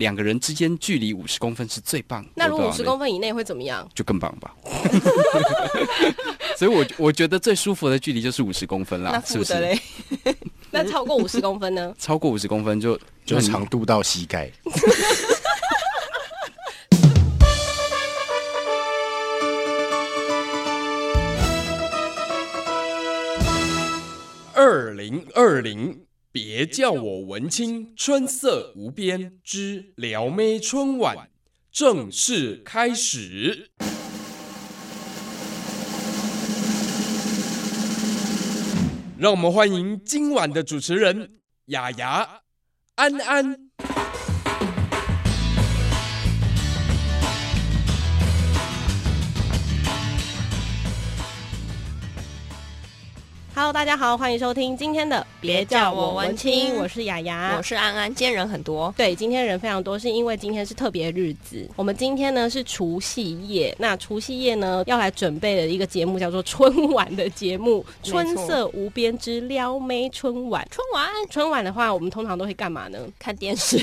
两个人之间距离五十公分是最棒。那如果我五不十知道啊公分以内会怎么样？就更棒吧。 所以我，我觉得最舒服的距离就是五十公分那啦，是负不的是？嘞？ 那超过五十公分呢？超过五十公分就就长度到膝盖。二零二零，别叫我文青，春色无边之撩妹春晚正式开始。让我们欢迎今晚的主持人雅雅、安安。 Hello，大家 好，欢迎收听今天的别叫我文青我是雅雅，我是安安，今天人很多，对，今天人非常多，是因为今天是特别日子。我们今天呢是除夕夜，那除夕夜呢要来准备的一个节目叫做春晚的节目《没错春色无边之撩妹春晚》。啊春晚春晚的话，我们通常都会干嘛呢？看 电视，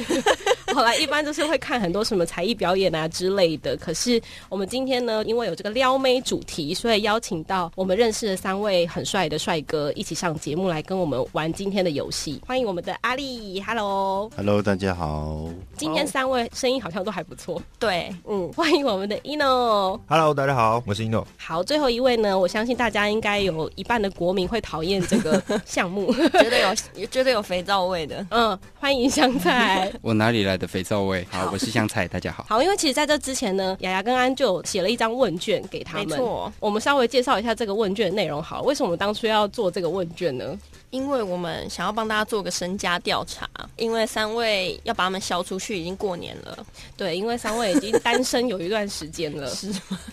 后来一般就是会看很多什么才艺表演啊之类的。可是我们今天呢，因为有这个撩妹主题，所以邀请到我们认识的三位很帅的帅哥一起上节目来跟我们玩今天的游戏。欢迎我们的阿丽，Hello！ Hello，大家好。今天三位声音好像都还不错， 对，嗯，欢迎我们的 Ino。 Hello，大家好，我是 Ino。好，最后一位呢，我相信大家应该有一半的国民会讨厌这个 项目。绝对有，绝对有肥皂味的。嗯，欢迎香菜。我哪里来的肥皂味？好，我是香菜，大家好。好，因为其实在这之前 呢，雅雅跟安就有写了一张问卷给他没们。错，我们稍微介绍一下这个问卷的内容好了，为什么我们当初要做这个问卷呢？因为我们想要帮大家做个身家调查，因为三位要把他们消出去，已经过年了，对，因为三位已经单身有一段时间 了， 是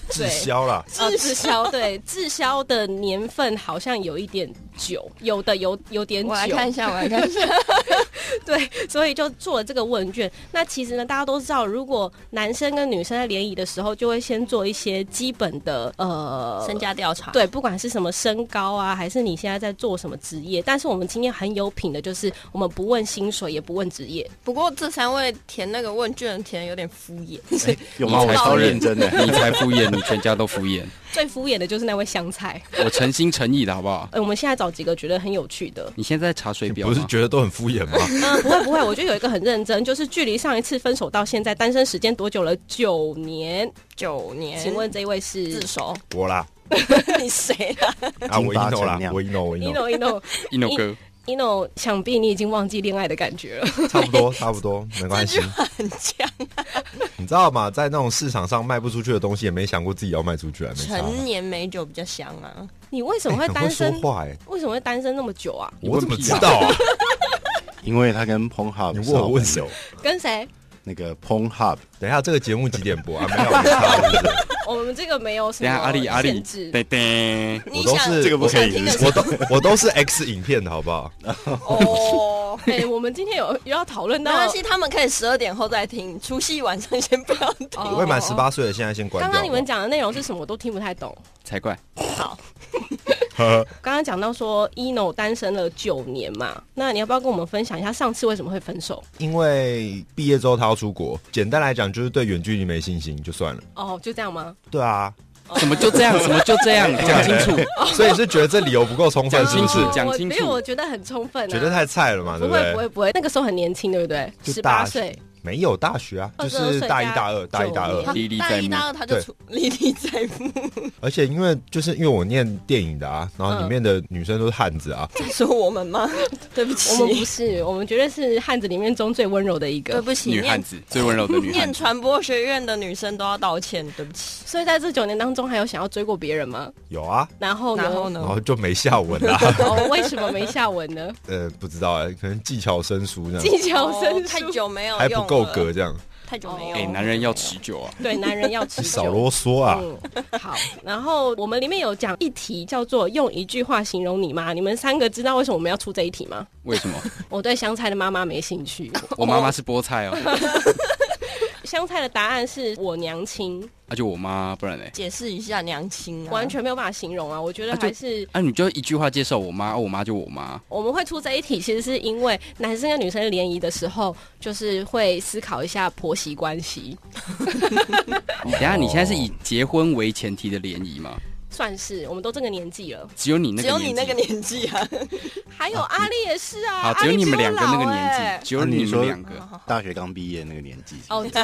滞销了，呃，滞销对 滞销的年份好像有一点久，有的有有点久，我来看一下，我来看一 下，对， 所以就做了这个问卷。那其实呢，大家都知道，如果男生跟女生在联谊的时候，就会先做一些基本的呃身家调查，对，不管是什么身高啊，还是你现在在做什么职业，但是我们今天很有品的，就是我们不问薪水，也不问职业。不过这三位填那个问卷填得有点敷衍，有你吗？才我敷超衍认真的。你才敷衍，你全家都敷衍。最敷衍的就是那位香菜。我诚心诚意的好不好？呃，我们现在找几个觉得很有趣的。你现在在查水表不是吗？觉得都很敷衍吗？嗯，不会不会，我觉得有一个很认真，就是距离上一次分手到现在，单身时间多久了？九年。九年，请问这位是自首，我啦，你谁啊？啊，我金发 Ino 啦成那，样我 Ino，我 Ino， ino ino 一诺哥， ino，想必你已经忘记恋爱的感觉了。差不多，差不多，没关系。很强，啊你知道吗？在那种市场上卖不出去的东西，也没想过自己要卖出去啊，没差啊。陈年美酒比较香啊，你为什么会很单会说身？话哎，为什么会单身那么久啊？你我问怎么屁知啊道啊？ 因为他跟 p o n h u b 你问 我问哦谁？跟谁？那个 p o n h u b 等一下这个节目几点播啊？没有，没差是 不是我们这个没有什等一下阿丽阿么丽，限制。噔噔，哦你 我都想 是这个不你想可以听的是我 都我都是 X 影片的好不好？ 哦。哎、我们今天有有要讨论没到关系，他们可以十二点后再听，除夕晚上先不要 听。哦未满十八岁的现在先关刚掉。刚你们讲的内容是什么，我都听不太懂。才怪！好，呵呵刚刚讲到说，ino 单身了九年嘛，那你要不要跟我们分享一下上次为什么会分手？因为毕业之后他要出国，简单来讲就是对远距离没信心，就算了。哦，就这样吗？对啊，什么就这样？什么就这样？讲清 楚。所以是觉得这理由不够充分，讲是不清是楚？哦讲清楚我因为我觉得很充分、啊，觉得太菜了嘛，对不对？会不会不会，那个时候很年轻，对不对？十就八大岁，没有大学啊， 22就是大一、大二、大一、大九二年。历历大在一目大二他就对出历历在目，而且因为就是因为我念电影的啊，然后嗯里面的女生都是汉子啊， 在说我们吗？对不起，我们不是，我们绝对是汉子里面中最温柔的一对个。不起，女汉念子最温柔的女汉念子，传播学院的女生都要道歉，对不起。所以在这九年当中，还有想要追过别人吗？有啊，然后呢？然后然呢？后就没下文啦。 哦，为什么没下文 呢？ 呃，不知道哎、可能技巧生疏这样，技巧生哦太疏，久没有还用不够了格，这样，太久没有。哎，男人要持久啊！对男人要持你久。少啰嗦啊。嗯，好。然后我们里面有讲一题叫做“用一句话形容你妈”，你们三个知道为什么我们要出这一题吗？为什么？ 我对香菜的妈妈没兴趣。我妈妈是菠菜哦。香菜的答案是我娘亲，那、啊就我妈，不然嘞？解释一下娘亲啊，完全没有办法形容啊！我觉得啊就还是啊，你就一句话介绍我妈，啊、我妈就我妈。我们会出这一题，其实是因为男生跟女生联谊的时候，就是会思考一下婆媳关系，等一下，你现在是以结婚为前提的联谊吗？算是我们都这个年纪了。只有你那个，只有你那个。年纪啊，还有阿丽也是啊，好，阿只有丽你们比我两个那个老年欸纪，只有啊你你说们两个。大学刚毕业那个年纪，哦， 对，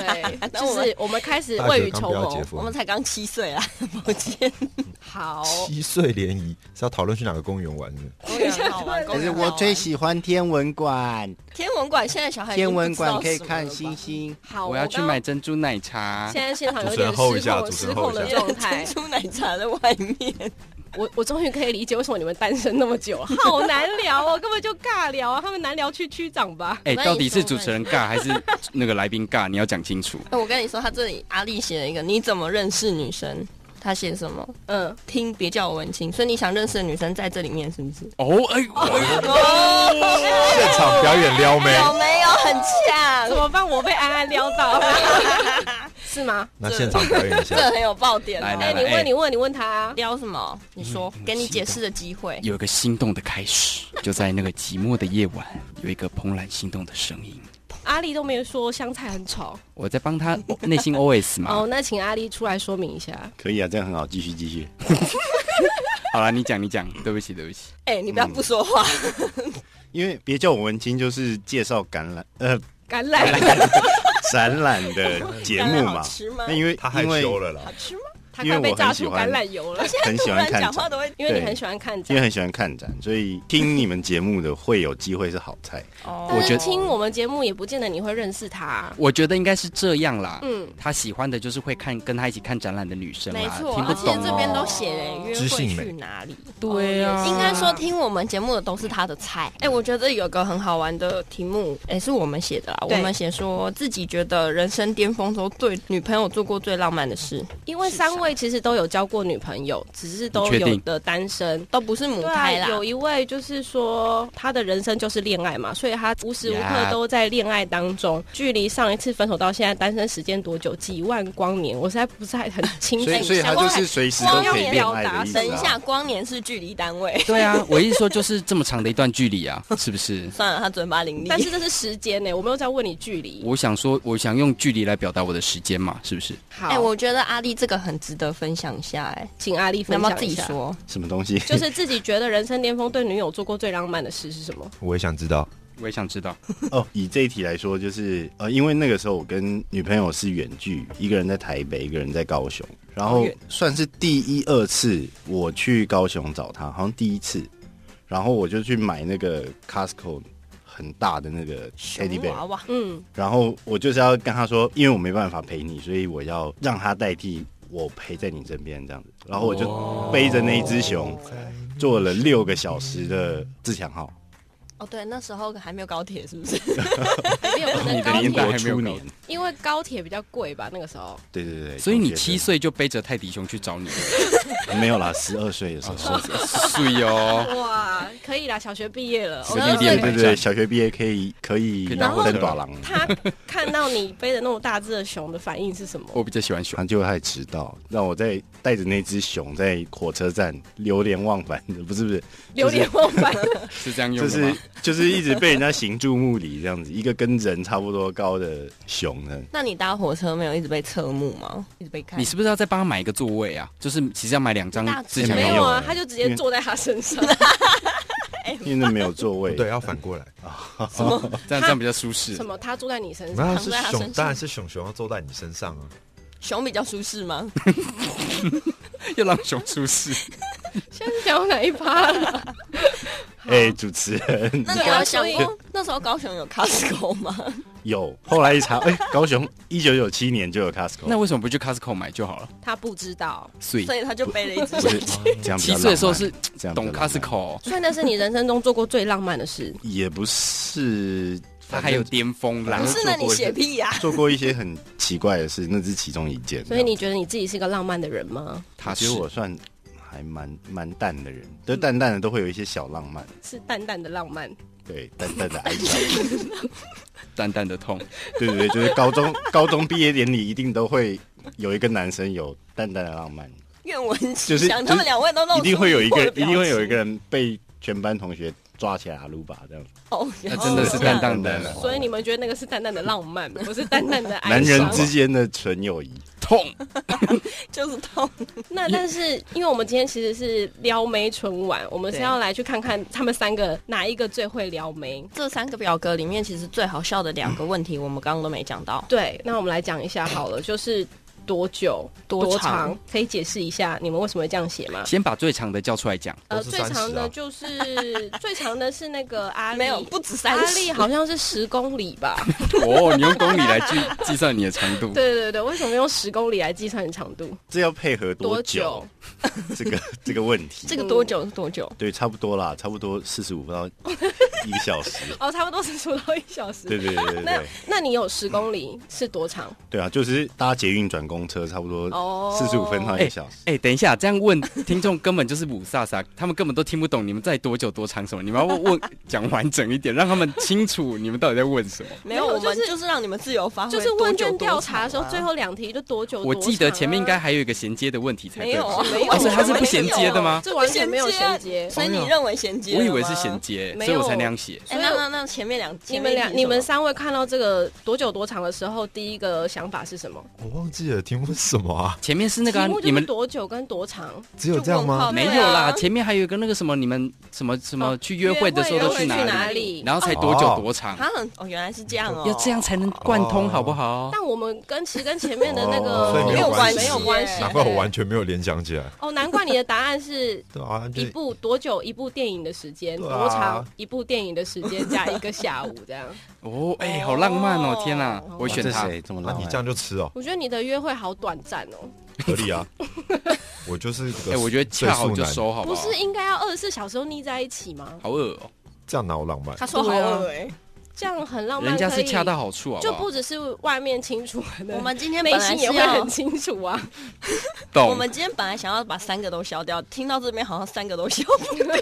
那我就是我们开始大未学雨刚绸不要结缪。 我婚们，才刚七岁啊， 抱歉，好，七岁联谊是要讨论去哪个公园玩的？公园哦很好玩，公可园是很好玩啊我最喜欢天文馆，天文馆，现在小孩已经天不知道文馆可以什么看了吧 星。星。好，我要去刚买珍珠奶茶现。在现场有主持人点失 hold 控一下主持失人控 hold 的一下状态珍，珠奶茶在外面， 我我终于可以理解为什么你们单身那么久， 好难聊哦，根本就尬聊啊！他们难聊区区长吧？哎、我跟你到底是说主持人尬还是那个来宾尬？你要讲清楚。哎我跟你说，他这里阿丽写了一个，你怎么认识女生？他写什么？嗯，听别叫我文青，所以你想认识的女生在这里面是不是？哦，哎、我现场表演撩妹，有没有很怎像？么办？我被安安撩到， 是吗？那现场表演一下这，很有爆点哦来来嗯来哎，你问，你问，你问他啊。撩什么？你说，给你解释的机会。 有一个心动的开始，就在那个寂寞的夜晚，有一个怦然心动的声音。阿丽都没有说香菜很丑我在帮他内心 OS 嘛。哦，那请阿丽出来说明一下。可以啊，这样很好，继续继续。好了，你讲，你 讲。对不起，对不起。哎，你不要不说话。因为别叫我文青，就是介绍橄榄呃 橄榄，展览的嗯 节目橄榄好嘛吃吗。那因为他害因为羞了啦。吃吗？他因快为我被很榨喜出橄欢榄油了，很喜突欢然看讲展，话都会因为你对很喜欢看展因为。很喜欢看展，所以听你们节目的会有机会是好菜。哦我但觉是得听我们节目也不见得你会认识他。啊我觉得应该是这样啦。嗯，他喜欢的就是会看跟他一起看展览的女生啦，没错，听不而且懂这边都哦。写了约知会性美去哪里。对哦啊，应该说听我们节目的都是他的菜。哎、我觉得有个很好玩的题目，哎、是我们写的啦。我对们写说自己觉得人生巅峰中对女朋友做过最浪漫的事，因为三位其实都有交过女朋友，只是都你确定有的单身。都不是母对胎啦啊，。有一位就是说他的人生就是恋爱嘛，所以他无时无刻 Yeah 都在恋爱当中。距离上一次分手到现在，单身时间多久？几万光年？我实在不是还很清楚。所以，所以他就是随时都可以恋爱的意思、啊。等一下，，光年是距离单位。 对啊，我意思说就是这么长的一段距离啊， 是不是？算了，他嘴巴伶俐。但是这是时间呢、我没有在问你距离。我想说，我想用距离来表达我的时间嘛，是不是？好，哎、我觉得阿丽这个很值得分享一下、哎，请阿丽你分要不要享自一己下，说？什么东西？就是自己觉得人生巅峰对女友做过最浪漫的事是 什么？我也想知道，我也想知道。 哦，以这一题来说，就是呃，因为那个时候我跟女朋友是远距，一个人在台北，一个人在高雄，然后啊算是第一二次我去高雄找她，好像第一次，然后我就去买那个 Costco 很大的那个 teddy 熊 bear，娃娃，嗯，然后我就是要跟他说，因为我没办法陪你，所以我要让他代替我陪在你身边这样子。然后我哦就背着那一只熊，坐了六个小时的自强号，哦，对，那时候还没有高铁，是不是？没有可你能的高年代铁，英国还没有初高年，因为高铁比较贵吧，那个时候。对对对。所以你中学七岁就背着泰迪熊去找 你了，生没有啦，十二岁的哦时候，睡哦。哇，可以啦，小学毕业了。哦是12历岁练对吧对对，小学毕业可以可以可以当火车登短廊，他看到你背着那种大只的熊的反应是什么？我比较喜欢熊。他就还迟到，让我在带着那只熊在火车站流连忘返，不是不是，流连忘返。是这样用就的吗？是就是一直被人家行注目礼这样子，一个跟人差不多高的熊呢， 那你搭火车没有一直被侧目吗？一直被看你？是不是要再帮他买一个座位啊？就是其实要买两张大自强没没用有有的。啊，他就直接坐在他身上。因为那没有座位。对，，要反过来。这样这样比较舒适什。么？他坐在你身上？那躺是在他身熊，上当然是熊熊要坐在你身上啊。熊比较舒 适吗？要让熊舒适。现在是讲到哪一趴了？哎、主持人那你要想所以过，那时候高雄有 Costco 吗？ 有，后来一查，哎、高雄一九九七年就有 Costco，那为什么不去 Costco 买就好了？他不知道，所以所以他就背了一只不是这样比较七浪漫。岁的时候是这样比较懂浪漫 Costco，所以那是你人生中做过最浪漫的事。也不是，他还有巅峰啦不。是那你写 屁呀、做过一些很奇怪的事，那是其中一件。所以你觉得你自己是个浪漫的人吗？他其是实我算还蛮蛮淡的人，就淡淡的都会有一些小浪漫，是淡淡的浪漫。对，淡淡的爱情，淡淡的痛。对对对，就是高中高中毕业典礼一定都会有一个男生有淡淡的浪漫，愿闻其就是详。他们两位都弄一定会有一个出疑惑的一表定会有一个情人被全班同学抓起来阿鲁巴这样， 哦，那真的是这样淡淡的所以你们觉得那个是淡淡的浪漫，不是淡淡的哀男人伤之间的纯友谊。痛。就是痛。那但是，因为我们今天其实是撩妹春晚，我们是对要来去看看他们三个哪一个最会撩妹。这三个表格里面，其实最好笑的两个问题，我们刚刚都没讲到。对，那我们来讲一下好了，就是多久、多多长可以解释一下你们为什么会这样写 吗？先把最长的叫出来讲，呃，都是最30啊长的就是最长的是那个阿 丽，没有，不止三阿十丽。好像是十公里 吧？哦，你用公里来计 计算你的长度，对对对，为什么用十公里来计算长度？这要配合多多久？ 这个这个问题，这个多久是多久？对，差不多啦，差不多四十五到一个小时。哦，差不多是出到一小时。对对对对那对那你有十公里是多长？对啊，就是搭捷运转公车，差不多哦四十五分到一个小时。哎、等一下，这样问听众根本就是五萨萨，他们根本都听不懂你们在多久多长什么，你们要问问讲完整一点，让他们清楚你们到底在问什么。没有，没有我们就是就是让你们自由发挥。就是问卷多久调查的时候，多最长啊后两题就多啊久？我记得前面应该多还有一个衔接的问题才对没有吧，啊，没有哦，啊，所以它是不没有衔接的吗？？长啊这完全没有衔接。所以你认为衔接？我以为是衔。接，没所有啊以我才那样写。哎，那那那前面两，你前面们啊一俩、题是你们什么三位看到这个多久多长的时候，第一个想法是什么？我忘记了题目是什么啊？前面是那个啊、题目就你是们多久跟多长？哦只有这样吗？对没啊有啦，前面还有一个那个什么，你们什么什么去约会的时候约都会哪去里，啊哪里？啊然后才多久多长，啊，哦，原来是这样哦，要这样才能贯通，哦好不好？但我们跟其实跟前 面的那哦个所以没有关系没有关系。难怪我完全没有联想起来。哦，难怪你的答案是对啊，就一是 部多久一部电影的时间，对啊多长一部电影的时间加一个下午这样。哦，哎、好浪漫哦！天哪、我选这他。啊谁这么那浪你漫？这样就吃哦， 我觉得你的约会好短暂哦，合理啊。我就是个， 哎、我觉得恰好就男，收，好不好？是应该要二十四小时都腻在一起吗？好恶哦、这样哪有浪漫？他说好啊啊恶哎，啊这样很浪漫，人家可是以恰到好处，好不就好不？只是外面清楚，可能我们今天内本来心是也会很要。清楚啊。 懂我们今天本来想要把三个都消掉，听到这边好像三个都消不掉。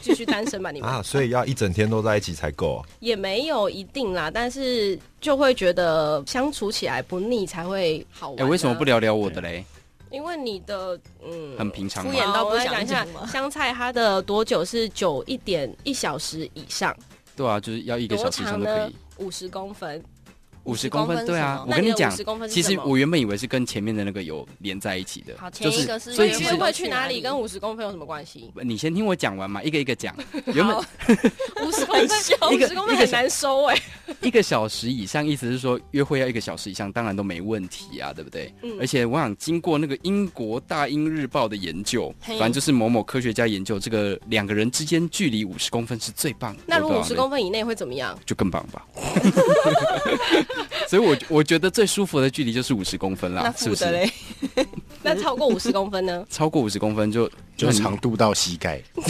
继续单身吧，你们、啊，所以要一整天都在一起才够。哦也没有一定啦，但是就会觉得相处起来不腻才会好玩、啊哎、为什么不？聊聊我的嘞？因为你的嗯很啊平常敷嘛。衍到不想讲一下讲嘛香菜，它的多久是久一点一小时以上，对啊，就是要一个多小时以上长都可呢以。？五十公分。五十50公公分，分对啊是什，我么跟你讲那你的50公，分是其什实么我原本以为是跟前面的那个有连在一起的，好前就一个是所以约其约实会去哪里跟五十公分有什么关系？你先听我讲完嘛，一个一个讲。原本 五十公分，一五个十公分很难收哎、 一个小时以上，意思是说约会要一个小时以上，当然都没问题啊，对不对？嗯而且我想经过那个英国《大英日报》的研究，嘿反正就是某某科学家研究，这个两个人之间距离五十公分是最棒的。那如果我五不知十道公分以内会怎么样？就更棒吧。 所以我，我觉得最舒服的距离就是五十公分那啦，是负不的是？嘞，那超过五十公分呢？超过五十公分就就长度到膝盖，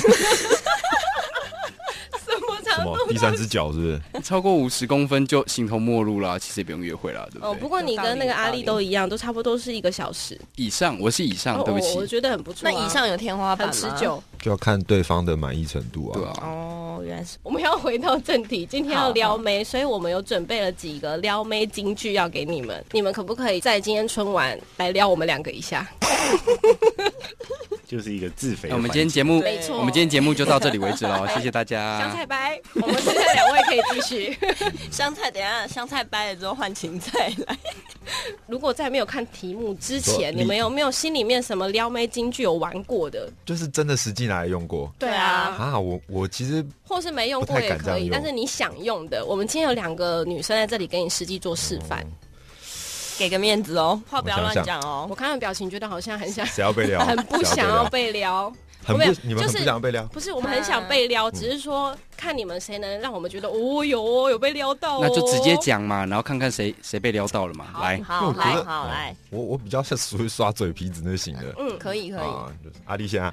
什么什长么？第三只脚是不是？超过五十公分就形同陌路啦，其实也不用约会啦，对不对？ 哦，不过你跟那个阿丽都一样，都差不多是一个小时。以上我是以上，哦，对不我我起，觉得很不错那啊、以上有天花板很吗持久。就要看对方的满意程度对啊。啊，哦，原来是 我们要回到正题，今天要好撩 妹，所以我们有准备了几个撩妹金句要给你们，你们可不可以在今天春晚来撩我们两个一下？就是一个自肥那哎我的环境。们今天节目，对没错我们今天节目就到这里为止喽，谢谢大 香家。菜白，我们剩下两位可以继续。 香菜，等一下香菜掰了之后换芹菜来。如果在没有看题目之前，说你们有没有心里面什么撩妹金句有玩过的？就是真的实际拿来用过对啊啊。我我其实或是没用过不太也敢这可样以，用但是你想用的，我们今天有两个女生在这里给你实际做示范。给个面子哦，话不要我乱想想讲哦我。看到表情，觉得好像很想，谁要被撩？很不想要被撩。很没有不，你就们很是不想被撩。不是，我们很想被撩，只是说看你们谁能让我们觉得，哦有哦有被撩到、哦，那就直接。讲嘛，然后看看谁谁被撩到了嘛。来，好，我觉来得嗯好来，我我比较是属于刷嘴皮子那型的嗯，可以可以。啊，就是阿丽先啊，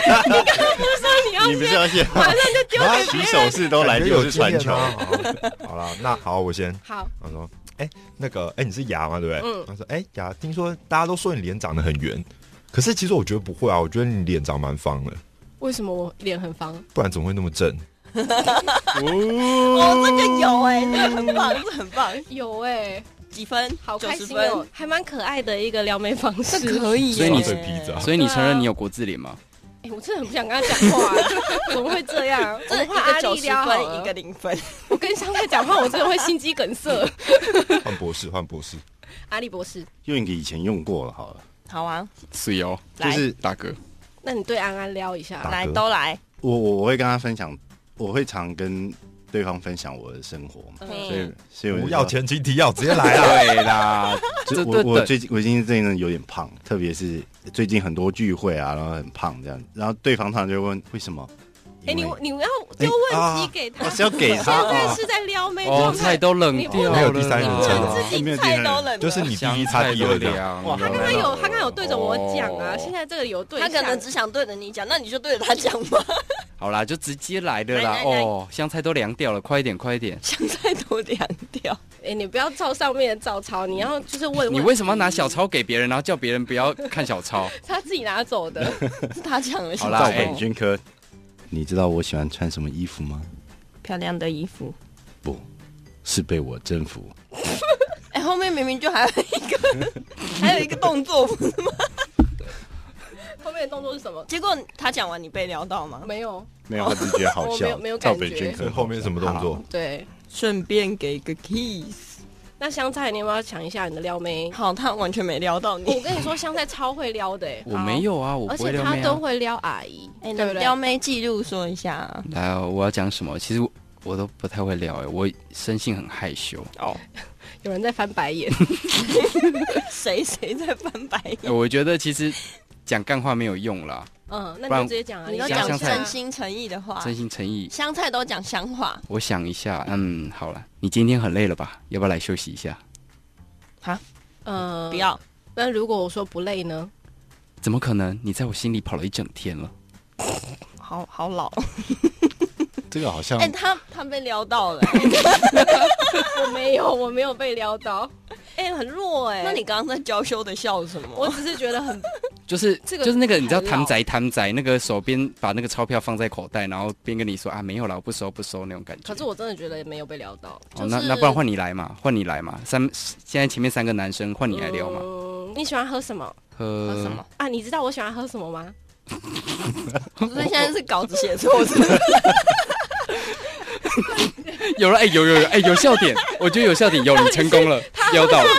你要你不是要先马上就丢啊给起手势都来感觉就有是传经球验，啊。 好好啦，那好，我先。好，他说：“哎、那个，哎、你是牙嘛，对不对？”嗯他说：“哎、牙，听说大家都说你脸长得很圆。”可是其实我觉得不会啊，我觉得你脸长蛮方的，为什么我脸很方？不然怎么会那么正？哦，这个有哎、这个很棒，这个很棒，有哎、几分？好开心90哦，还蛮可爱的一个撩妹方式。可以耶，所以你嘴皮子啊，所以你承对啊认你有国字脸吗？哎、我真的很不想跟他讲 话、啊怎么会这样？这我一怕阿个九丽十撩好分，了一个零分。我跟香菜讲话，我真的会心肌梗塞。换博士，换博士，阿丽博士，用一个以前用过了好了，好啊，是哦，来就是大哥，那你对安安撩一下打，来嗝都来，我我我会跟他分享，我会常跟对方分享我的生活嘛，所以嗯，所以我就不说要前情提要，直接 来啊！哎对啦，就这我这我等最近我最近最近有点胖，特别是最近很多聚会啊，然后很胖这样，然后对方常常就会问为什么？哎、你因为你要丢问题给他，我是要给他现在啊，是在撩妹哦状，态菜。都冷你不掉了，哦能没有第三人不称能啊自己没有第菜三人都冷，就是你第一，香他菜第都二这样。凉哇他他刚了。刚有他刚刚有对着我讲啊，哦现在这个有对他象，可能只想对着你讲，那你就对着他讲吧。好啦，就直接来的啦来来。来哦，香菜都凉掉了，快一点，快一点！香菜都凉 掉，哎、你不要照上面的照抄，你要就是问问你为什么要拿小抄给别人，然后叫别人不要看小 抄？他自己拿走 的。是他讲的。好啦赵哎本军科，你知道我喜欢穿什么衣服吗？漂亮的衣服。不是被我征服。哎、后面明明就还有一个，还有一个动作，后面的动作是什么？结果他讲完你被撩到吗？没有，没有，我只是觉得好哦我没有笑。没有赵感本军觉科后面什么动作？对。顺便给个 kiss。那香菜，你要不要讲一下你的撩妹？好，他完全没撩到我你。跟你说，香菜超会撩的、欸， 我没有啊，我而不会且撩他妹都啊。会撩 阿姨，哎、对不你对？撩妹记录说一下啊。来啊，我要讲什么？其实我我都不太会撩，哎，我生性很害羞。哦，有人在翻白眼，谁 谁在翻白 眼？哎我觉得其实讲干话没有用啦，嗯，那不你就然直接讲啊，你都香讲香菜真心诚意的啊话，真心诚意。香菜都讲香话，我想一下，嗯，好了，你今天很累了吧？要不要来休息一下？呃，不。要。那如果我说不累呢？怎么可能？你在我心里跑了一整天了。好好老，这个好像哎、他他被撩到了、我没有，我没有被撩 到。哎、很弱哎、那你刚刚在娇羞的笑什我么？只是觉得很就是这个就是那个你知道很老贪宅贪宅那个手边把那个钞票放在口袋，然后边跟你说啊没有啦，我不收不收那种感觉。可是我真的觉得没有被撩到，哦，那那不然换你来嘛，换你来嘛。三现在前面三个男生换你来聊嘛。嗯，你喜欢喝什么喝喝什么？啊？你知道我喜欢喝什么 吗？所以现在是稿子写错字，有了哎、有有有哎、有笑 点，我觉得有笑点，有你成功了，撩到了，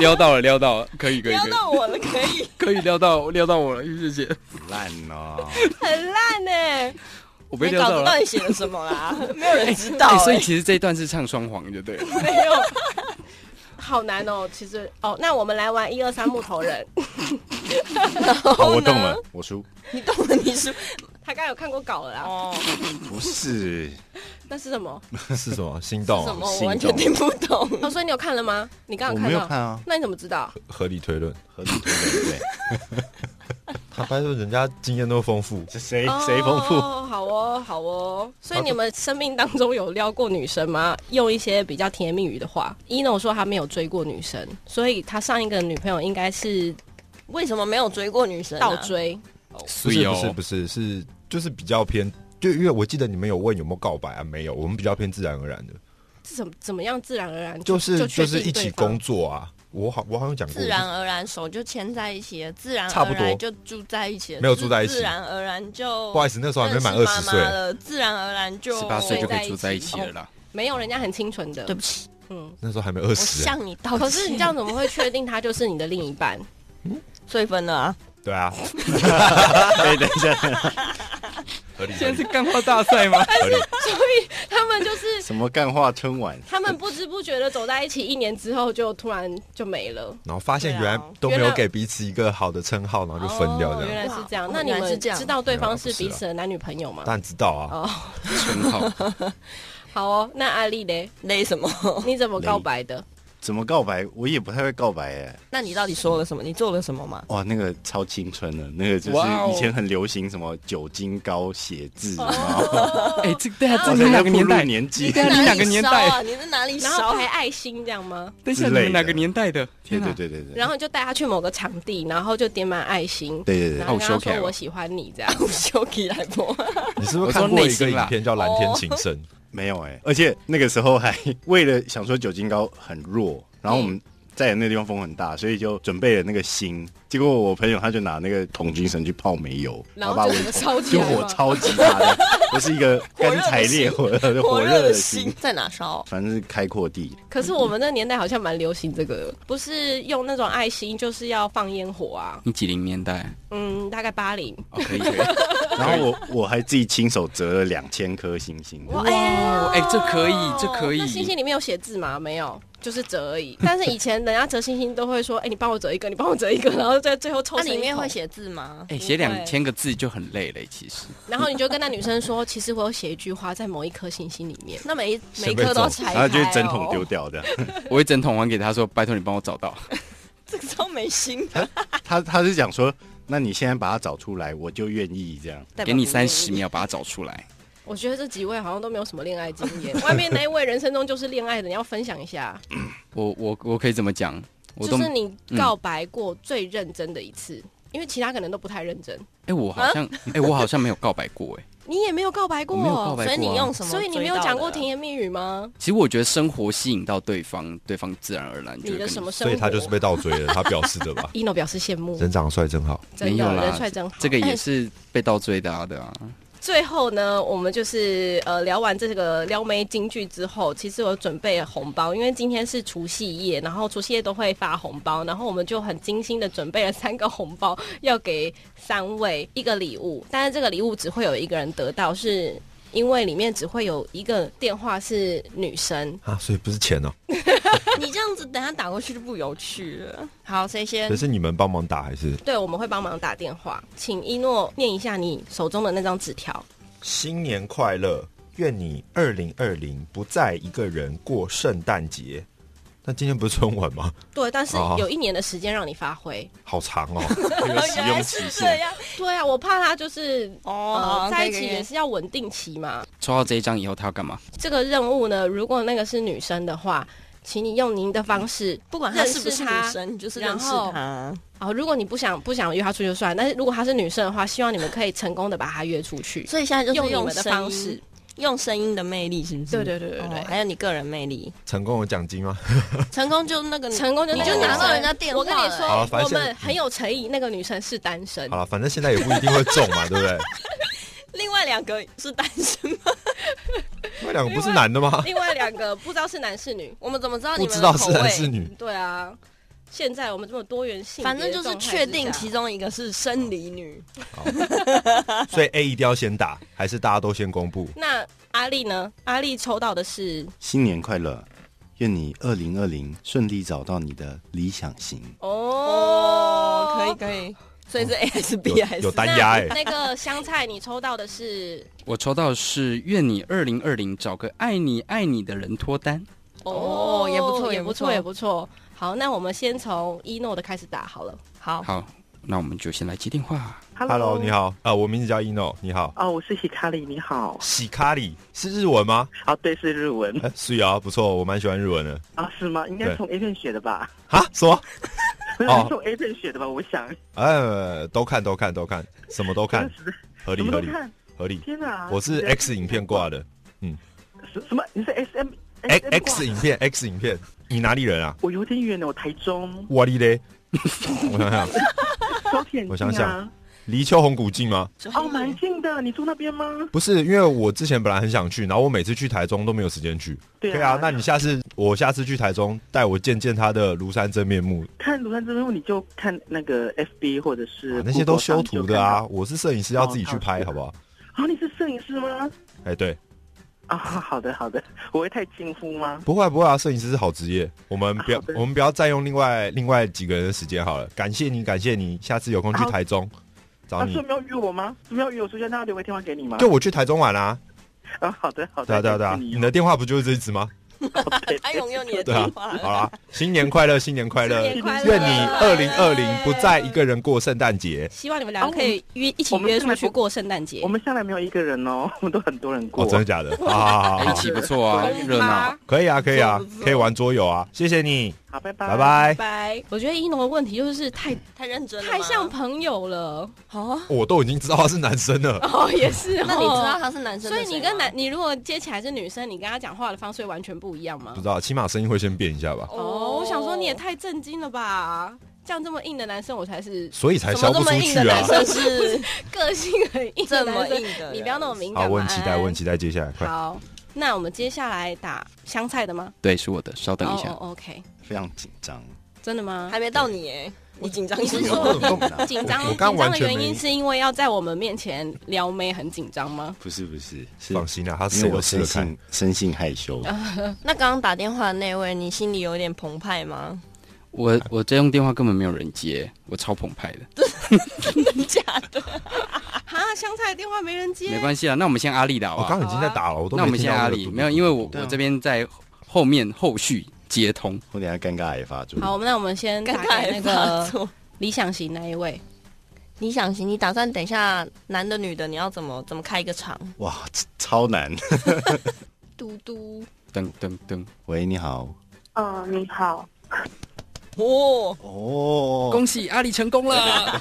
撩到了，撩到了，可以可以撩可以到我了，可以。可以撩到撩到我了，谢谢。烂 哦。很烂欸哎、我被你撩稿到子了到。底写了什么啦？没有人知道、哎、所哎以其实这一段是唱双簧就对了。 没有， 好难哦。其实哦，那我们来玩一二三木头 人。哦好，我动了，我输。你懂了，你是他刚刚有看过稿了啦，哦，不是，那是什么？是什么？心什动啊？么？我心完全动听不懂。哦，所以你有看了吗？你刚我刚没看有到？看啊。那你怎么知道？合理推论。合理推论对，他发现人家经验都丰富，这谁哦谁丰富？好哦，好哦。所以你们生命当中有撩过女生吗？用一些比较甜言蜜语的话。一呢，我说他没有追过女生，所以他上一个女朋友应该是为什么没有追过女生、啊？倒追。不所以是哦不是不是是就是比较偏，就因为我记得你们有问有没有告白啊？没有，我们比较偏自然而然的，是怎么怎么样自然而然就是就就确是定一起对方工作啊。我好我好像讲过，自然而然手就牵在一起了，自然差而不多然就住在一起了，没有住在一起自然而然就不好意思，那时候还没满二十岁认识妈妈，了，自然而然就十八岁就可在一以住哦在一起起哦了啦。没有人家很清纯的。对不起，嗯。那时候还没二我十、向你道歉。可是你这样怎么会确定他就是你的另一半？所以分了啊？对啊，哎，等一下，合理。现在是干话大赛 吗？所以 他们就是什么干话春晚？他们不知不觉的走在一起，一年之后就突然就没了。然后发现原对来啊都没原有来给彼此一个好的称号，然后就分掉哦这原样。原来是这样哇，那你原来是们这样知道对没有方啊不是是彼啊此的男女朋友吗？当然知道啊，哦，称号 好哦，那阿丽嘞，勒什么？你怎么告白的？怎么告白？我也不太会告白哎、 那你到底说了什么？你做了什么吗？哇，那个超青春的，那个就是哇哦以前很流行什么酒精膏写 字，然后哎，这对啊，哇这你们人家两个步年入代，年纪，对啊你哪个年代你哪里烧啊？你在哪里然后烧？ 排爱心这样吗？等一下之你类们哪个的年代的？对天哪对，对对对，然后你就带他去某个场地，然后就点满爱心，对对对然后跟他好羞愧说哦我喜欢你这 样。修起来不？你是不我说是看过内一个心啦影片叫《蓝天情圣》？没有哎、而且那个时候还为了想说酒精膏很弱，然后我们在那个地方风很大，所以就准备了那个锌。结果我朋友他就拿那个桶精神去泡煤油，然后后把就我整个 烧起就来火嘛，超级大的，我是 一个干柴烈火的火热的心，在哪烧？反正是开阔地。可是我们那年代好像蛮流行这个的，不是用那种爱心，就是要放烟火啊。你几零年代？嗯，大概八零。哦，可以 可以。然后我我还自己亲手折了两千颗星星，哦，哎，这可以，这可以那。星星里面有写字吗？没有，就是折而已。 但是以前人家折星星都会说：“哎、你帮我折一个，你帮我折一个。”然后在最后抽它成啊一里面桶会，写字吗？哎，写两千个字就很累了，其实。然后你就跟那女生说：“其实我有写一句话在某一颗星星里面。那每一每一先被颗都揍哎拆开、哦，啊然后啊就整桶丢掉的。我会整桶还给他说，拜托你帮我找到。这个超没心，他他是讲说，那你现在把它找出来，我就愿意这样。代表给你不愿三意十。秒把它找出来。”我觉得这几位好像都没有什么恋爱经验。外面那一位人生中就是恋爱的，你要分享一下， 我我我可以怎么讲？我就都是你告白过最认真的一次，因为其他可能都不太认真。哎，我啊好像哎，我好像没有告白过哎，你也没有告白过，我没有告白啊所以你用什么？所以你没有讲过甜。言蜜语吗？其实我觉得生活吸引到对方，对方自然而然就你会的跟什么生活？所以他就是被倒追了，他表示的 ？吧一诺表示羡慕，人长得帅真好，真没有的啦人帅真好。这个哎 也是被倒追的啊，对啊。最后呢，我们就是呃聊完这个撩妹金句之后，其实我准备了红包，因为今天是除夕夜，然后除夕夜都会发红包，然后我们就很精心的准备了三个红包，要给三位一个礼物，但是这个礼物只会有一个人得到，是因为里面只会有一个电话是女生。啊，所以不是钱哦，嗯你这样子，等下打过去就不有趣了。好，谁先可？是你们帮忙打还是？对，我们会帮忙打电话，请一诺念一下你手中的那张纸条。新年快乐，愿你二零二零不再一个人过圣诞节。那今天不是春晚吗？对，但是哦有一年的时间让你发挥。好长 哦，那 个使用期这限，样对啊，我怕他就是哦呃，在一起也是要稳定期嘛。抽到这一张以后，他要干嘛？这个任务呢，如果那个是女生的话，请你用您的方式，不管他是不认识是他女生，你就是然认识后他。哦，如果你不想不想约她出去就算，但是如果她是女生的话，希望你们可以成功的把她约出去，所以现在就是你们的嗯声方音式。。用声音的魅力是不是？对对对对对哦还有你个人魅力，成功有奖金吗？成功就那个成功就你那个就女生拿到人家电哦话我跟你说了好了，反正我现们在很有诚意。那个女生是单身好，了，反正现在也不一定会中嘛，对不对？另外两个是单身吗？那两个不是男的吗？另外两个不知道是男是女。我们怎么知道你不们知的道口是味男是 女，对啊，现在我们这么多元性别反的状正态之下，就是确定其中一个是生理女，所以 A 一定要先打，还是大家都先 公布？那阿丽呢？阿丽抽到的是新年快乐，愿你二零二零顺利找到你的理想型。哦，可以，所以是 A 还是 B 有还是哦有？单压哎、哎那个香菜，你抽到的是我抽到的是愿你二零二零找个爱你爱你的人脱单。哦也不错也也不不错，错也不错。好，那我们先从一诺的开始打好了。好，好，那我们就先来接电话。 Hello，你。好，啊，我名字叫 Ino，你好。哦，我是希卡里，你好。喜卡里是日文吗？ 啊，对，是日文哎、是啊，不错，我蛮喜欢日文的。啊，是吗？应该对从 A 片学的吧？啊，什么？不是哦 从 A 片学的吧？我 想呃，都看，都看，都看，什么都看，合什理，么合都理，看。合理。天哪！我是你的 X 影片挂的什什么？你是 S M ，X X 影？片，X 影片。你哪里人啊？我有点远呢，我台中 ，我哩 嘞，我想想，高铁、啊、我想想。离秋红古近吗？哦，蛮近的，你住那边吗？不是，因为我之前本来很想去，然后我每次去台中都没有时间去。对啊可以啊，那你下次我下次去台中，带我见见他的庐山真面目。看庐山这边，你就看那个 F B 或者是、啊那些都修图的啊，。我是摄影师，要自己去拍，哦好不好？啊，你是摄影师吗？哎，对，啊，好的好的，我会太轻呼吗？不会啊不会啊，摄影师是好职业，我们不要好的我们不要占用另外另外几个人的时间好了。感谢你，感谢你，下次有空去好台中找啊，你是。没有约我吗？是没有约我出现，那要留个电话给你吗？就我去台中玩啊， 啊，好的好对啊的，对啊对啊，谢谢你哦的电话不就是这一支吗？他拥有你的对电啊，话好啦，新年快乐，新年快乐，新年快乐愿你二零二零不再一个人过圣诞节。呃希望你们两个可以约一起哦我们约现出在去不过圣诞节我。们下来没有一个人哦， 我们都很多人过。哦，真的假的？好好哎好好一好，起不错啊，热闹。可以啊，可以啊，可以玩桌游啊，谢谢你，好，拜拜，拜。拜。拜，我觉得一农的问题就是太太认真了吗，太像朋友了。哦。我都已经知道他是男生了， 哦，也是、哦。那你知道？他是男生所的谁吗，以你跟男，你如果接起来是女生，你跟他讲话的方式会完全不一样吗不？知道，起码声音会先变一下吧，哦，我想说你也太震惊了吧！这样这么硬的男生，我才是所以才怎么消这不么出硬去的啊男。生是个性很硬的这男么生硬的人你不要那么敏感嘛。好，我很期待，安我很期待接下来，快，好，那我们接下来打香菜的吗？对，是我的，稍等一下。哦、o k 非常紧张。真的吗？还没到你哎，你紧张你是什说么？紧张？我我紧张刚完的全原因没是因为要在我们面前撩妹，很紧张吗？ 不是不是，是放心啦，啊他因谁为都我试得生看。性生性害羞，那刚刚打电话的那位，你心里有点澎湃吗？我我这用电话根本没有人接，我超澎湃的。假的，哈，香菜的电话没人接，没关系啊，那我们先阿丽的好不好？我哦刚刚已经在打了，我都那我没们听先到阿那个里，嘟嘟没有，因为我嘟我这边在后面后续接通。我等一下尴尬也发作。好，那我们先尴打尬给那也发个作。理想型那一位。理想型，你打算等一下男的女的，你要怎么怎么开一个场？哇，超难。 嘟嘟，噔噔噔，喂，你好。嗯、你好，哦，哦，恭喜阿丽成功 了！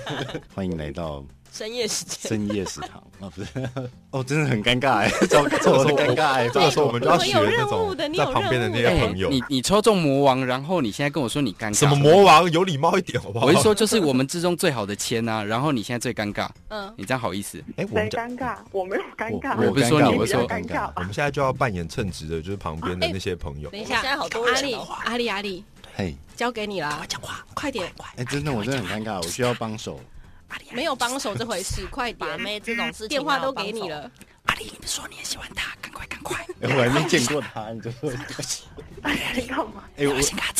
欢迎来到深夜时间， 深夜食 堂啊，不是？ 哦，真的很尴尬哎，超超这个时候尴尬哎，这个时候我们就要学那我有任务种的你有在旁边的那任务些的朋友，哎你你抽中魔王，然后你现在跟我说你尴尬，什么魔王，有礼貌一点好不好？我是说，就是我们之中最好的签啊，然后你现在最尴尬，嗯，你这样好意思？哎，我谁们讲，尴尬？我没有尴尬，我不是说你比我较说尴尬我吧。们现在就要扮演称职的，就是旁边的那些朋友等。一我们下，现在好多阿人丽讲话，阿丽，阿丽，嘿，交给你啦，讲话，快点，哎，真的我真的很尴尬，我需要帮 手。没有帮手这回事， 快把点，妹这种事情电话都给你，了，哎我还没见过他，你就说， 你干嘛？哎我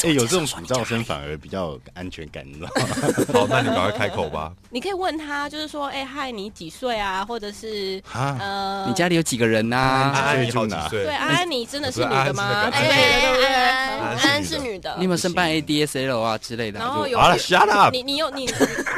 哎有这种鼓噪声反而比较有安全感，你知道吗？ 好，那你赶快开口吧。你可以问他，就是说，哎，嗨，你几岁啊？或者是啊，呃，你家里有几个人呐、安啊？安，哎你好几岁？对哎安安，你真的是女的吗？不是之哎安安类的，对不对？安安安安是女的你有，没有申办 ADSL 啊之类的？然后有好了，shut up。你你有你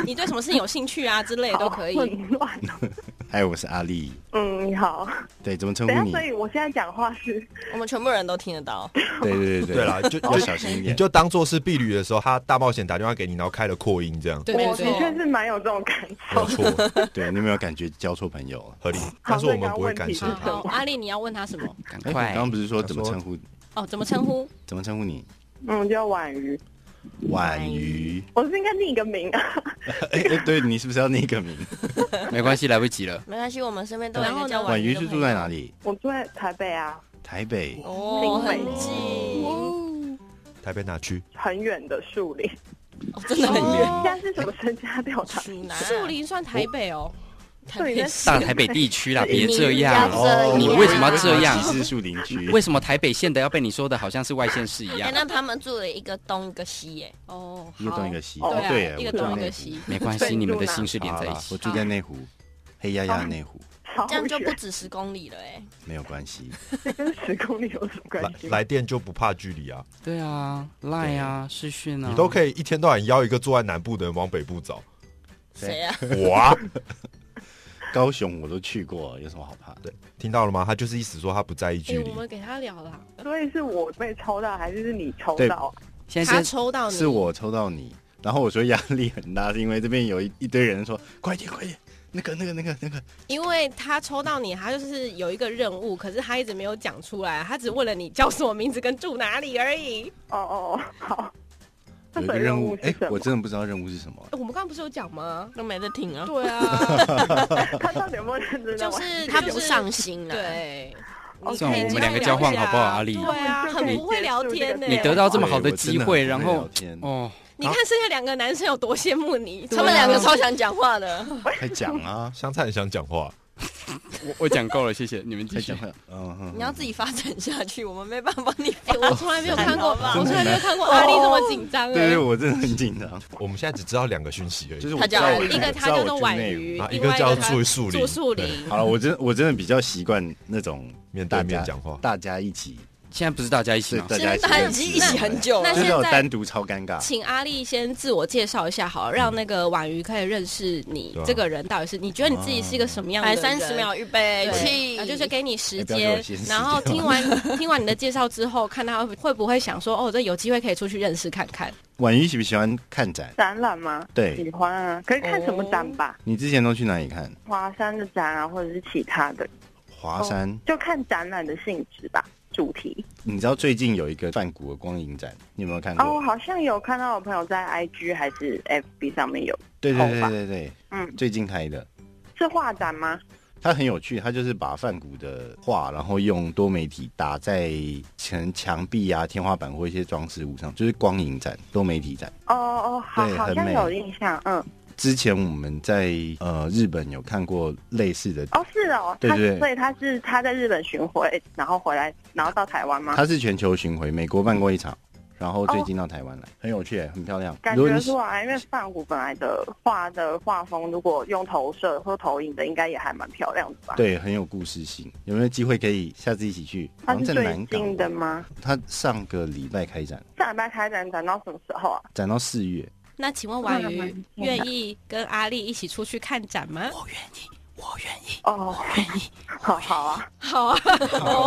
你对什么事情有兴趣啊之类的都可以。好混乱哦。哎，我是阿丽，嗯，你好。对，怎么称等呼一你下，？所以我现在讲话是我们全部人都听得到。对对对对啊对啦，就要就小心一你点。就当做是婢女的时候，他大冒险打电话给你，然后开了扩音，这样对我，没的错，确是蛮有这种感没有受。错，对，你有没有感觉交错朋友了？合理。但是我们不会干涉好他。好，阿丽，你要问他什么？赶哎，我快刚刚不是说怎么称呼？哦，怎么称呼？怎么称呼你？嗯，叫婉瑜，婉瑜。我是应该定一个名 啊。哎哎，对你是不是要那个名？没关系，来不及 了。没关系，我们身边都有一个叫婉瑜瑜的是朋友住在哪？里？我住在台北啊，台北。哦，很近，台北哪区？很远的树林。哦真的很远。现在是什么身家调查？树南，树林算台北哦，台对北那市大台北地区啦，别这样你。要这样哦你为什么要这样是树林区。嗯为什么台北县的要被你说的好像是外县市一哎，样？那他们住了一个东一个西，哎，啊哦，一个东一个西，西，好哦对啊对耶，一个我住东一内个湖西，没关系，你们的心是连在一我起。住在内湖，黑压压的内湖，超这样就不远，止十公里了，哎，没有关系。这跟十公里有什么来关系？来电就不怕距离啊，对啊，赖啊，视讯啊，你都可以一天到晚邀一个住在南部的人往北部找。谁啊？我啊，高雄我都去过，有什么好怕的？对，听到了吗？他就是意思说他不在意哎，距离我。们给他聊啦，所以是我被抽到，还是是你抽到？现在他是抽到你是我抽到你，然后我说压力很大，是因为这边有一一堆人说快点快点，那个那个那个那个，因为他抽到你，他就是有一个任务，可是他一直没有讲出来，他只问了你叫什么名字跟住哪里而已。哦哦，哦好。那有一本个任务，是哎什，么？我真的不知道任务是什么。 我们刚刚不是有讲吗？都没得听啊，对啊，呃他到底有没有认真在就玩？是他就不是上心 啊了。对，哦你算可以我们这样两个聊交换一下好不好阿丽对啊，我们就可很以不会结聊束这天个呢。你得到这么对好的我真机很会，不然会聊后天哦，你看剩下两个男生有多羡慕你，他们对啊两个超 想讲话的，快讲啊，香菜很想讲话，我我讲够了，谢谢你们快继续讲。快， 嗯嗯你要自己发展下去，我们没办法帮你发哎，。我从来没有看过，真的吗我从来没有看过阿丽这么紧张对哎对，。我真的很紧张，我们现在只知道两个讯息而已就。是我他知叫道我对住一个知他道叫我做住婉内湖瑜啊，一另个外叫他住树林住树林。好了，我真我真的比较习惯那种面对大家面讲话大家一起现在不是大家一起是吗？大现家在一起大家认已识经一起很久那了就现。是我在单独超尴尬。请阿丽先自我介绍一下，好了，让那个婉瑜可以认识你对啊这个人到底是你觉得你自己是一个什么样的来人？哎三十秒，预备对，起，啊就是给你时啊哎不要给间我先，然后时间听完听完你的介绍之后，看他会不会想说，哦，这有机会可以出去认识看看。婉瑜喜不喜欢看展？展览吗？对哦喜欢啊。可是看什么展吧，你之前都去哪里看？华山的展啊，或者是其他的，华山，就看展览的性质吧，主题。你知道最近有一个梵谷的光影展，你有没有看过？哦，我好像有看到我朋友在 IG 还是 FB 上面有，对对好对吧对对，嗯，最近开的，是画展吗？它很有趣，它就是把梵谷的画，然后用多媒体打在墙墙壁啊、天花板或一些装饰物上，就是光影展、多媒体展。哦哦，好，对好很像美有印象，嗯，之前我们在呃日本有看过类似的，哦是哦，对他对对所以他是他在日本巡回，然后回来，然后到台湾吗？它是全球巡回，美国办过一场，然后最近到台湾来，很有趣，很漂亮。感如果觉你出来，因为梵谷本来的画的画风，如果用投射或投影的，应该也还蛮漂亮的吧？，对，很有故事性。有没有机会可以下次一起去？好它像是在最南近港的吗？它上个礼拜开展，下礼拜开展展到什么时候啊？展到四月。那请问婉当然蛮瑜不错的愿意跟阿丽一起出去看展吗？哦，好好啊，好啊，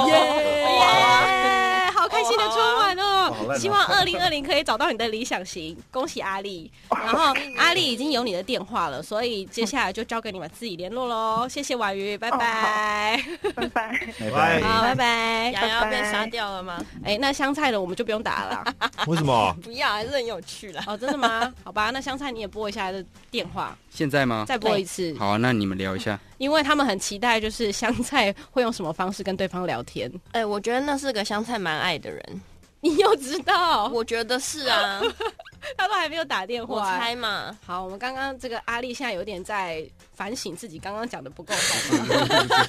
耶！啊好开心的春晚好哦！烂哦希望二零二零可以找到你的理想型，恭喜阿丽。然后 阿丽已经有你的电话了，所以接下来就交给你们自己联络喽。谢谢婉瑜，拜拜。哦拜拜。拜拜。好好，哎拜拜。洋洋要拜拜被杀掉了吗？哎，那香菜的我们就不用打了 啦。为什么？不要，还是很有趣啦。哦，真的吗？好吧，那香菜你也拨一下他的电话，现在吗？再拨一次，好啊，那你们聊一下。因为他们很期待，就是香菜会用什么方式跟对方聊天。哎、我觉得那是个香菜蛮爱的人，你又知道，我觉得是啊， 他都还没有打电我话。猜嘛。好，我们刚刚这个阿丽现在有点在反省自己刚刚讲的不够好吗。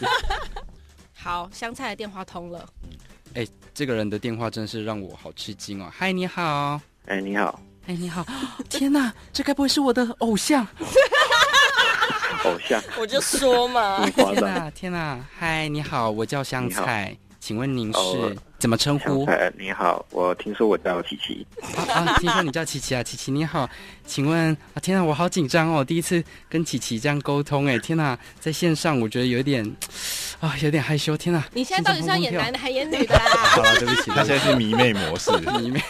好，香菜的电话通了。这个人的电话真是让我好吃惊哦！嗨，你好。 哎，你好，哎，你好！天哪，这该不会是我的偶像？偶像， 我就说嘛 很，夸天张。哪，天哪！嗨，你好，我叫香菜，请问您哦是怎么称香呼菜，你好，我听说我叫琪琪，啊啊？听说你叫琪琪啊，琪琪你好，请问啊，天哪，我好紧张哦，第一次跟琪琪这样沟通，哎，天哪，在线上我觉得有点啊，有点害羞，天哪！你现在到底是要演男的？的还演女的啦？好了，对不起， 他现在是迷妹模 式。你们，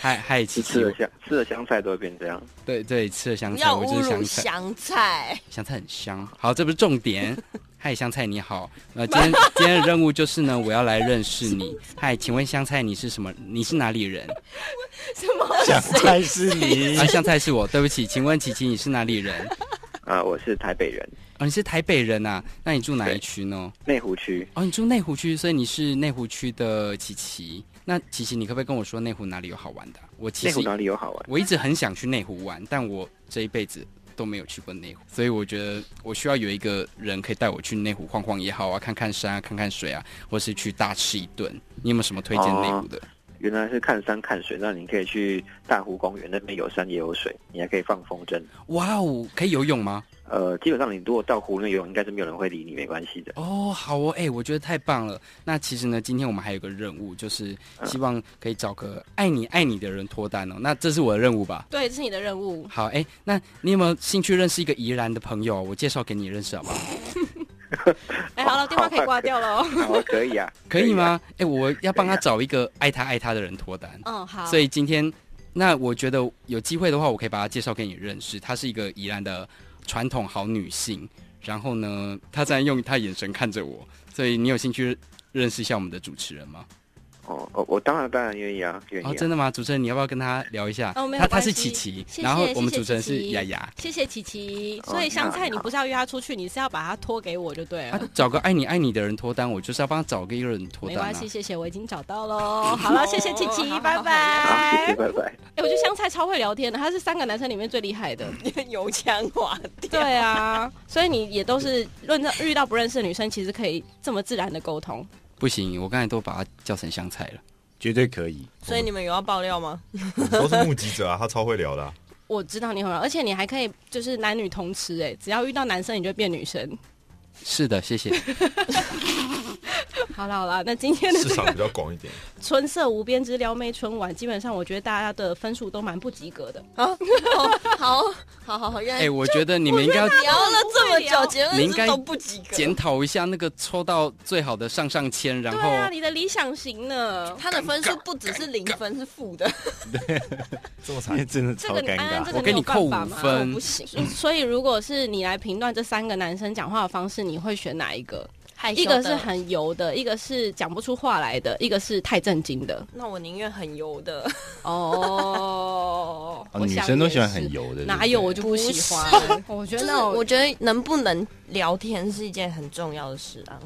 嗨嗨，琪琪吃，了香吃了香菜都会变这样。对对，吃了香不菜，要我就侮是辱香菜。香菜。香菜很香。好，这不是重点。嗨，香菜你好。呃，今天今天的任务就是呢，我要来认识 你。嗨，请问香菜你是什么？你是哪里人？什么？想菜是你啊，香菜是我，对不起。请问琪琪你是哪里人？啊，我是台北人，哦，你是台北人啊？那你住哪一区呢？内湖区。哦，你住内湖区，所以你是内湖区的琪琪。那琪琪，你可不可以跟我说内湖哪里有好玩的啊？我其内实湖哪里有好玩？我一直很想去内湖玩，但我这一辈子都没有去过内湖，所以我觉得我需要有一个人可以带我去内湖晃晃也好啊，看看山啊，看看水啊，或是去大吃一顿。你有没有什么推荐内湖的？原来是看山看水，那你可以去大湖公园那边有山也有水，你还可以放风筝。哇哦，可以游泳吗？呃，基本上你如果到湖里面游泳，应该是没有人会理你，没关系 的。哦，好哦，哎、我觉得太棒了。那其实呢，今天我们还有个任务，就是希望可以找个爱你爱你的人脱单哦。那这是我的任务吧？对，这是你的任务。好，哎、那你有没有兴趣认识一个宜兰的朋友？我介绍给你认识好不好？哎，好了，电话可以挂掉了哦。好，可以啊，可以啊？吗？哎、我要啊帮他找一个爱他爱他的人脱单。嗯，好。所以今天，那我觉得有机会的话，我可以把她介绍给你认识。她是一个宜兰的传统好女性，然后呢，她在用她眼神看着我，所以你有兴趣认识一下我们的主持人吗？哦哦，我当然当然愿意啊，愿意、啊哦，真的吗？主持人，你要不要跟她聊一下？哦没有她她关系是琪琪，谢谢然后我们谢谢主持人琪是琪雅雅。谢谢琪琪。哦所以香菜，你你好不是要约他出去，你是要把他托给我就对啊了。，找个爱你爱你的人脱单，我就是要帮她找个一个人脱没单、啊。关系，谢谢，我已经找到 喽。好了，谢谢琪琪好好，拜拜好好，谢谢，。啊拜拜。哎，我觉得香菜超会聊天的，他是三个男生里面最厉害的。油腔滑调。对啊，所以你也都是论到遇到不认识的女生，其实可以这么自然的沟通。不行，我刚才都把她叫成香菜了。 绝对可以。所以你们有要爆料吗？你都是目击者啊，他超会聊的啊、我知道你很好，而且你还可以就是男女通吃、欸哎，只要遇到男生你就变女生。是的，谢谢。好啦好啦，那今天的市这场个比较广一点。春色无边之撩妹春晚，基本上我觉得大家的分数都蛮不及格的。啊，好好好哦好，原哎、来我觉得你们应该要聊了这么我久，结你论应该是都不及格。检讨一下那个抽到最好的上上签，然对后啊，你的理想型呢？他的分数不只是零分，是负的，这么 因为惨，真的这超个你尴安安这尬。，个我给你你有扣办法五吗分不。行，所以如果是你来评断这三个男生讲话的方式，你会选哪一个？ 害羞一个的是，很油的，一个是讲不出话来的，一个是太震惊的。那我宁愿很油的， 哦哦女生都喜欢很。油的，哪有我就就不喜欢，我觉就得是那我觉得能不能聊天是一件很重要的事啊，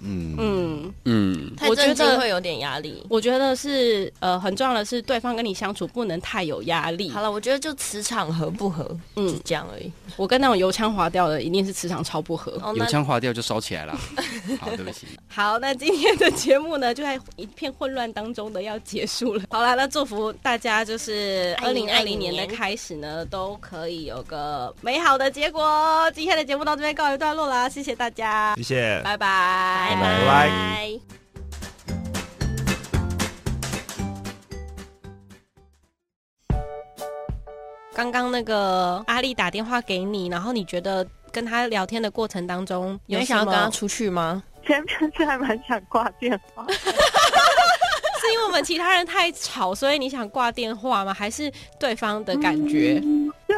嗯嗯，嗯，太我觉震惊得会有点压力。我觉得是呃很重要的是，对方跟你相处不能太有压力。嗯好了，我觉得就磁场合不合，嗯就这样而已。我跟那种油腔滑调的，一定是磁场超不合。哦，油那腔滑调就烧起来了。好，对不起，好，那今天的节目呢，就在一片混乱当中的要结束了。 好啦，那祝福大家就是二爱你零二爱零你年的年开始呢，都可以有个美好的结果。今天的节目到这边告一段落啦，谢谢大家，谢谢。拜拜，拜拜拜拜。刚刚那个阿丽打电话给你，然后你觉得跟他聊天的过程当中，你有会想要跟他出去吗？前面是还蛮想挂电话， 是因为我们其他人太吵，所以你想挂电话吗？还是对方的感觉？就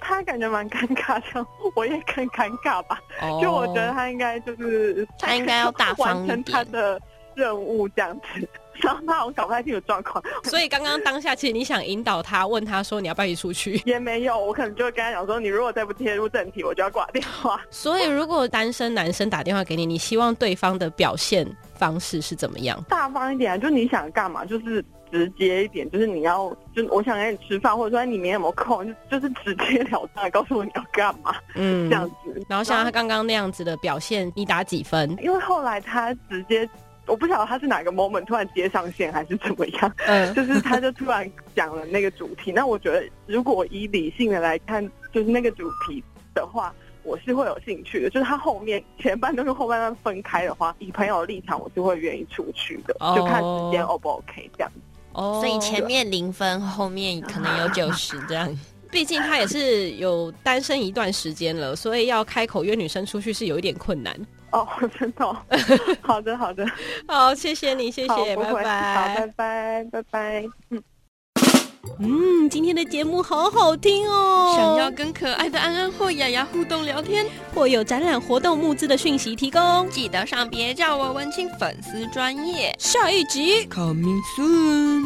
他感觉蛮尴尬的，我也更尴尬吧。哦就我觉得他应该就是呃他应该要大方完一成点他的任务这样子，然后他好像搞不太清楚状况， 所以刚刚当下，其实你想引导他，问他说你要不要一起出去。也没有，我可能就会跟他讲说，你如果再不切入正题，我就要挂电 话。 所以如果单身男生打电话给你，你希望对方的表现方式是怎么样？大方一点、啊，就你想干嘛，就是直接一点，就是你要，就我想跟你吃饭，或者说你明天有没有空，就就是直截了当地告诉我你要干嘛嗯这样子。然后像他刚刚那样子的表现，你打几分？因为后来他直接，我不晓得他是哪个 moment 突然接上线还是怎么样，嗯、就是他就突然讲了那个主题。那我觉得，如果以理性的来看，就是那个主题的话。我是会有兴趣的，就是他后面前半段跟后半段分开的话，以朋友的立场，我是会愿意出去的哦就看时间 O 不 OK 这样。哦所以前面零分，后面可能有九十这样。毕竟他也是有单身一段时间了，所以要开口约女生出去是有一点困难。哦， 真 的、哦，好的，好的，好，谢谢你，谢好，谢，不拜会，好，拜拜。拜，拜拜。嗯，今天的节目好好听哦。想要跟可爱的安安或雅雅互动聊天，或有展览活动募资的讯息提供，记得上别叫我文青粉丝专业。下一集 Coming soon。